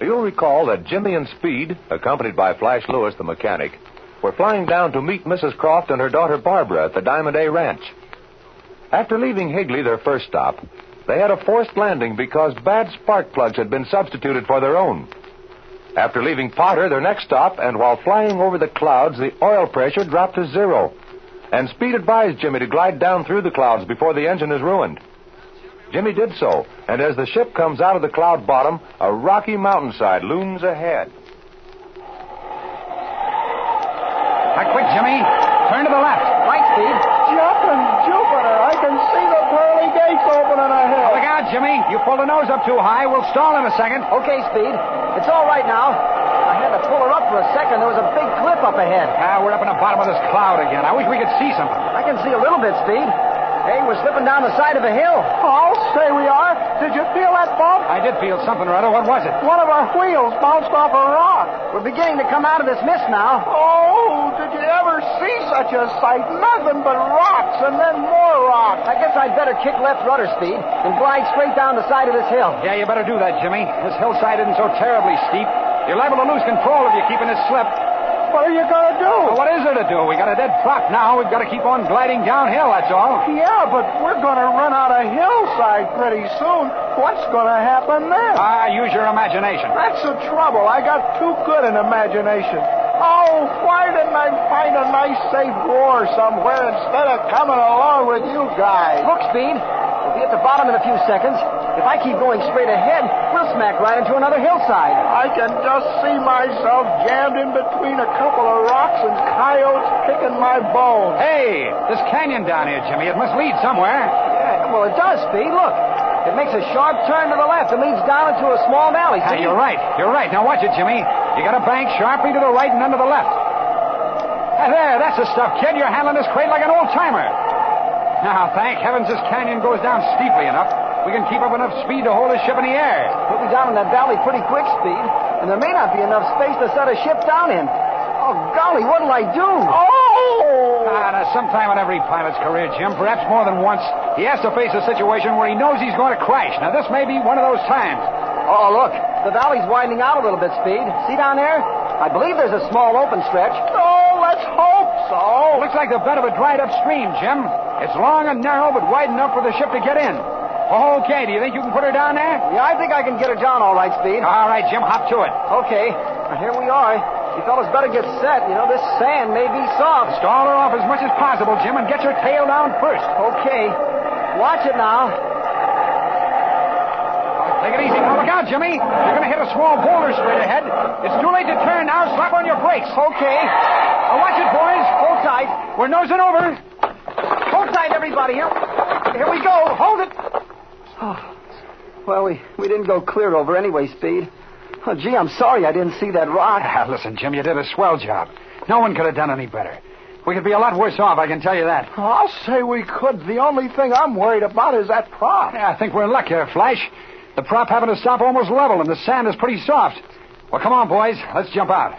You'll recall that Jimmy and Speed, accompanied by Flash Lewis, the mechanic, were flying down to meet Mrs. Croft and her daughter Barbara at the Diamond A Ranch. After leaving Higley, their first stop, they had a forced landing because bad spark plugs had been substituted for their own. After leaving Potter, their next stop, and while flying over the clouds, the oil pressure dropped to zero. And Speed advised Jimmy to glide down through the clouds before the engine is ruined. Jimmy did so, and as the ship comes out of the cloud bottom, a rocky mountainside looms ahead. Now, quick, Jimmy. Turn to the left. Right, Speed. Jumping Jupiter! I can see the pearly gates opening ahead. Look out, Jimmy. You pulled the nose up too high. We'll stall in a second. Okay, Speed. It's all right now. I had to pull her up for a second. There was a big cliff up ahead. Ah, we're up in the bottom of this cloud again. I wish we could see something. I can see a little bit, Speed. Hey, we're slipping down the side of a hill. I'll say we are. Did you feel that bump? I did feel something or other. What was it? One of our wheels bounced off a rock. We're beginning to come out of this mist now. Oh, did you ever see such a sight? Nothing but rocks and then more rocks. I guess I'd better kick left rudder speed and glide straight down the side of this hill. Yeah, you better do that, Jimmy. This hillside isn't so terribly steep. You're liable to lose control if you keep in this slip. What are you going to do? Well, what is there to do? We got a dead prop now. We've got to keep on gliding downhill, that's all. Yeah, but we're going to run out of hillside pretty soon. What's going to happen then? Ah, use your imagination. That's the trouble. I got too good an imagination. Oh, why didn't I find a nice safe war somewhere instead of coming along with you guys? Look, Speed. We'll be at the bottom in a few seconds. If I keep going straight ahead, we'll smack right into another hillside. I can just see myself jammed in between a couple of rocks and coyotes kicking my bones. Hey, this canyon down here, Jimmy, it must lead somewhere. Yeah, well, it does, Speed. Look. It makes a sharp turn to the left. It leads down into a small valley. Ah, See? you're right. You're right. Now watch it, Jimmy. You got to bank sharply to the right and then to the left. Ah, there, that's the stuff, kid. You're handling this crate like an old timer. Now, thank heavens this canyon goes down steeply enough. We can keep up enough speed to hold a ship in the air. Put me down in that valley pretty quick, Speed. And there may not be enough space to set a ship down in. Oh, golly, what'll I do? Oh! Ah, now, sometime in every pilot's career, Jim, perhaps more than once, he has to face a situation where he knows he's going to crash. Now, this may be one of those times. Oh, look. The valley's widening out a little bit, Speed. See down there? I believe there's a small open stretch. Oh, let's hope so. It looks like the bed of a dried up stream, Jim. It's long and narrow, but wide enough for the ship to get in. Oh, okay. Do you think you can put her down there? Yeah, I think I can get her down all right, Speed. All right, Jim, hop to it. Okay, now here we are. You fellas better get set. You know, this sand may be soft. Stall her off as much as possible, Jim, and get your tail down first. Okay, watch it now. Take it easy. Now look out, Jimmy. You're going to hit a small boulder straight ahead. It's too late to turn now. Slap on your brakes. Okay, Now watch it, boys. hold tight. We're nosing over. Hold tight, everybody. Here, here we go. Hold it. Well, we, we didn't go clear over anyway, Speed. Oh, gee, I'm sorry I didn't see that rock. Ah, listen, Jim, you did a swell job. No one could have done any better. We could be a lot worse off, I can tell you that. I'll say we could. The only thing I'm worried about is that prop. Yeah, I think we're in luck here, Flash. The prop happened to stop almost level, and the sand is pretty soft. Well, come on, boys. Let's jump out.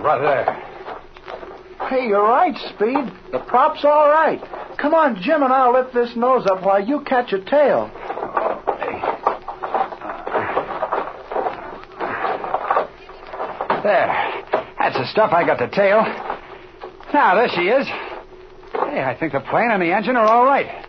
Right there. Hey, you're right, Speed. The prop's all right. Come on, Jim, and I'll lift this nose up while you catch a tail. There. That's the stuff I got the tail. Now, there she is. Hey, I think the plane and the engine are all right.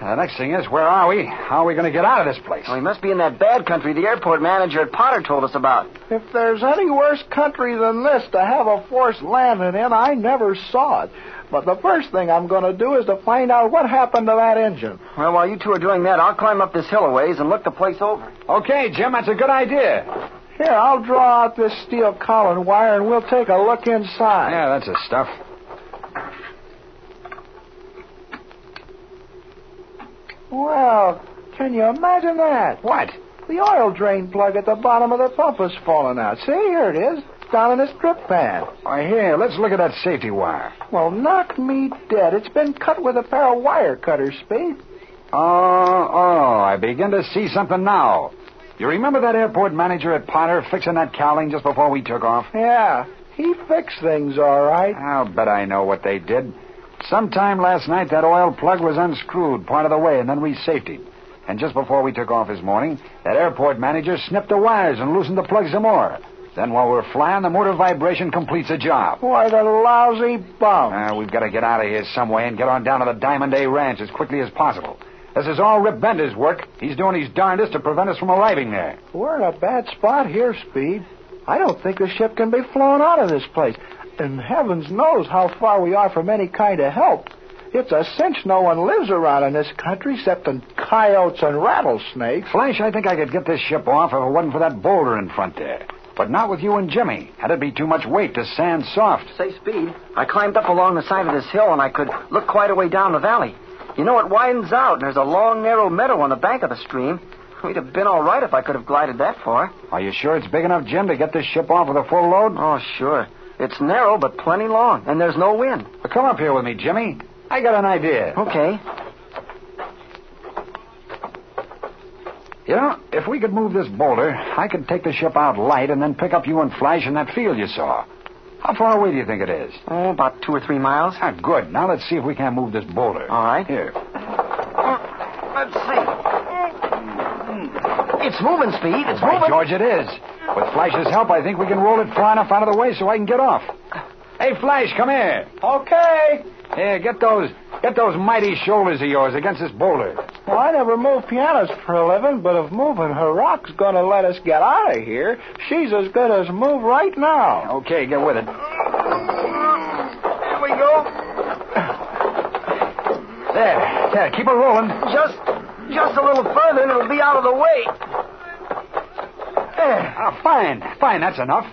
The next thing is, where are we? How are we going to get out of this place? We must be in that bad country the airport manager at Potter told us about. If there's any worse country than this to have a forced landing in, I never saw it. But the first thing I'm going to do is to find out what happened to that engine. Well, while you two are doing that, I'll climb up this hill a ways and look the place over. Okay, Jim, that's a good idea. Here, I'll draw out this steel column wire and we'll take a look inside. Yeah, that's the stuff. Well, can you imagine that? What? The oil drain plug at the bottom of the pump has fallen out. See, here it is, down in this drip pan. Oh, here, let's look at that safety wire. Well, knock me dead. It's been cut with a pair of wire cutters, Spade. Oh, oh, I begin to see something now. You remember that airport manager at Potter fixing that cowling just before we took off? Yeah, he fixed things all right. I'll bet I know what they did. Sometime last night, that oil plug was unscrewed part of the way, and then we safetied. And just before we took off this morning, that airport manager snipped the wires and loosened the plug some more. Then while we're flying, the motor vibration completes a job. Why, the lousy bum. Uh, we've got to get out of here some way and get on down to the Diamond A Ranch as quickly as possible. This is all Rip Bender's work. He's doing his darndest to prevent us from arriving there. We're in a bad spot here, Speed. I don't think the ship can be flown out of this place. And heavens knows how far we are from any kind of help. It's a cinch no one lives around in this country except in coyotes and rattlesnakes. Flash, I think I could get this ship off if it wasn't for that boulder in front there. But not with you and Jimmy. That'd be too much weight to sand soft. Say, Speed, I climbed up along the side of this hill and I could look quite a way down the valley. You know, it widens out and there's a long, narrow meadow on the bank of the stream. We'd have been all right if I could have glided that far. Are you sure it's big enough, Jim, to get this ship off with a full load? Oh, sure. It's narrow, but plenty long, and there's no wind. Well, come up here with me, Jimmy. I got an idea. Okay. You know, if we could move this boulder, I could take the ship out light and then pick up you and Flash in that field you saw. How far away do you think it is? Oh, about two or three miles. Ah, good. Now let's see if we can't move this boulder. All right. Here. Let's see. It's moving, Speed. It's Why, moving. George, it is. With Flash's help, I think we can roll it far enough out of the way so I can get off. Hey, Flash, come here. Okay. Here, get those get those mighty shoulders of yours against this boulder. Well, I never move pianos for a living, but if moving her rock's going to let us get out of here, she's as good as move right now. Okay, get with it. Here we go. There. Yeah, keep it rolling. Just, just a little further, and it'll be out of the way. There. Ah, fine. Fine, that's enough.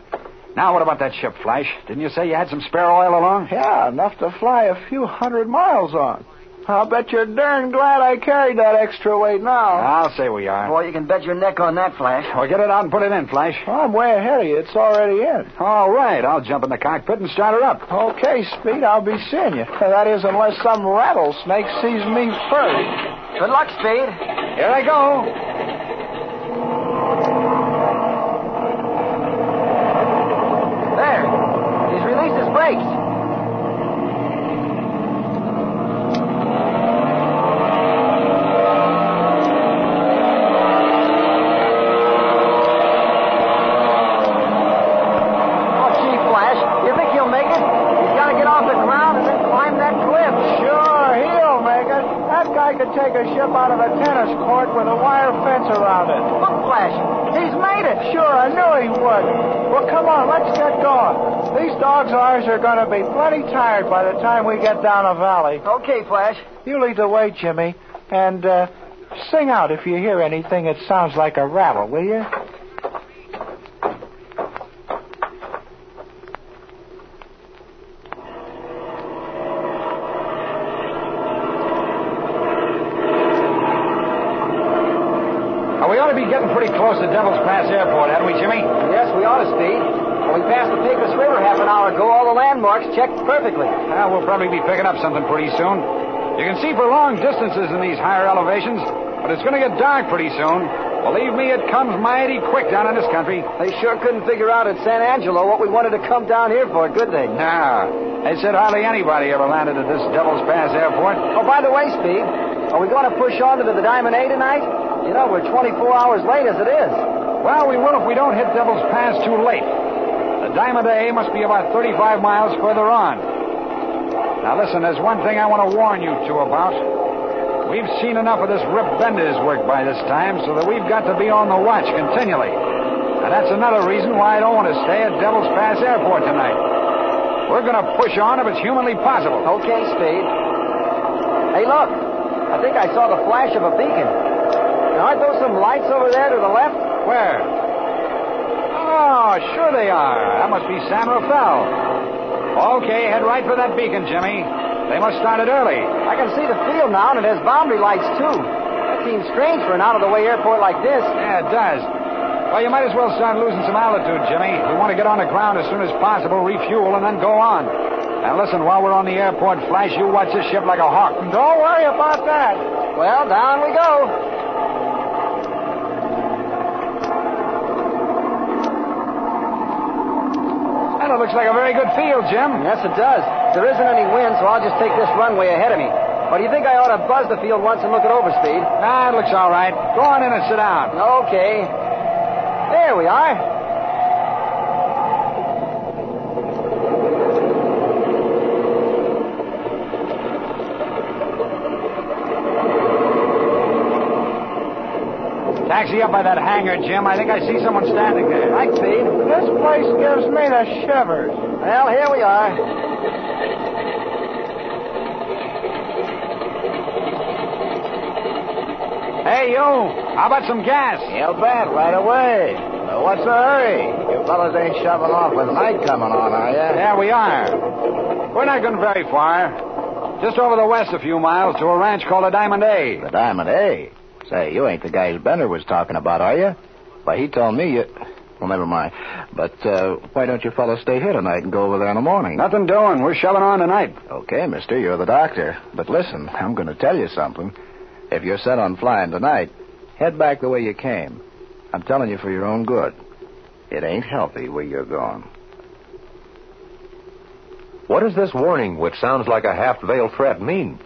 Now, what about that ship, Flash? Didn't you say you had some spare oil along? Yeah, enough to fly a few hundred miles on. I'll bet you're darn glad I carried that extra weight now. I'll say we are. Boy, you can bet your neck on that, Flash. Well, get it out and put it in, Flash. I'm way ahead of you. It's already in. All right, I'll jump in the cockpit and start her up. Okay, Speed, I'll be seeing you. That is, unless some rattlesnake sees me first. Good luck, Speed. Here I go. There. He's released his brakes. Oh, Oh, gee, Flash, you think he'll make it? He's got to get off the ground and then climb that cliff. Sure, he'll make it. That guy could take a ship out of a tennis court with a wire fence around it. Look, Flash, he's made it. Sure, I knew he would. Well, come on, let's get going. These dogs of ours are going to be plenty tired by the time we get down a valley. Okay, Flash. You lead the way, Jimmy, and uh, sing out if you hear anything that sounds like a rattle, will you? Now, we ought to be getting pretty close to Devil's Pass Airport, haven't we, Jimmy? Yes, we ought to, Speed. When we passed the Pecos River half an hour ago, all the landmarks checked perfectly. Ah, Well, we'll probably be picking up something pretty soon. You can see for long distances in these higher elevations, but it's going to get dark pretty soon. Believe me, it comes mighty quick down in this country. They sure couldn't figure out at San Angelo what we wanted to come down here for, could they? Now, they said hardly anybody ever landed at this Devil's Pass Airport. Oh, by the way, Speed, are we going to push on to the Diamond A tonight? You know, we're 24 hours late as it is. Well, we will if we don't hit Devil's Pass too late. The Diamond A must be about 35 miles further on. Now, listen, there's one thing I want to warn you two about. We've seen enough of this Rip Bender's work by this time, so that we've got to be on the watch continually. And that's another reason why I don't want to stay at Devil's Pass Airport tonight. We're going to push on if it's humanly possible. Okay, Speed. Hey, look. I think I saw the flash of a beacon. Now, aren't those some lights over there to the left? Where? Oh, Ah, sure they are. That must be San Rafael. Okay, head right for that beacon, Jimmy. They must start it early. I can see the field now, and it has boundary lights, too. That seems strange for an out-of-the-way airport like this. Yeah, it does. Well, you might as well start losing some altitude, Jimmy. We want to get on the ground as soon as possible, refuel, and then go on. Now, listen, while we're on the airport, Flash, you watch this ship like a hawk. Don't worry about that. Well, down we go. That looks like a very good field, Jim. Yes, it does. There isn't any wind, so I'll just take this runway ahead of me. Or do you think I ought to buzz the field once and look it over, Speed? Nah, it looks all right. Go on in and sit down. Okay. There we are. Taxi up by that hangar, Jim. I think I see someone standing there. Right, Speed. This place gives me the shivers. Well, here we are. Hey, you. How about some gas? You bet, right away. Well, what's the hurry? You fellas ain't shoving off with night coming on, are you? There we are. We're not going very far. Just over the west a few miles to a ranch called the Diamond A. The Diamond A. Say, you ain't the guy Bender was talking about, are you? Why, he told me you. Well, never mind. But uh, why don't you fellas stay here tonight and go over there in the morning? Nothing doing. We're shoving on tonight. Okay, mister, you're the doctor. But listen, I'm going to tell you something. If you're set on flying tonight, head back the way you came. I'm telling you for your own good. It ain't healthy where you're going. What does this warning, which sounds like a half veiled threat, mean?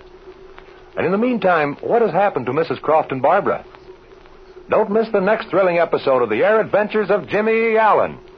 And in the meantime, what has happened to Mrs. Croft and Barbara? Don't miss the next thrilling episode of The Air Adventures of Jimmy Allen.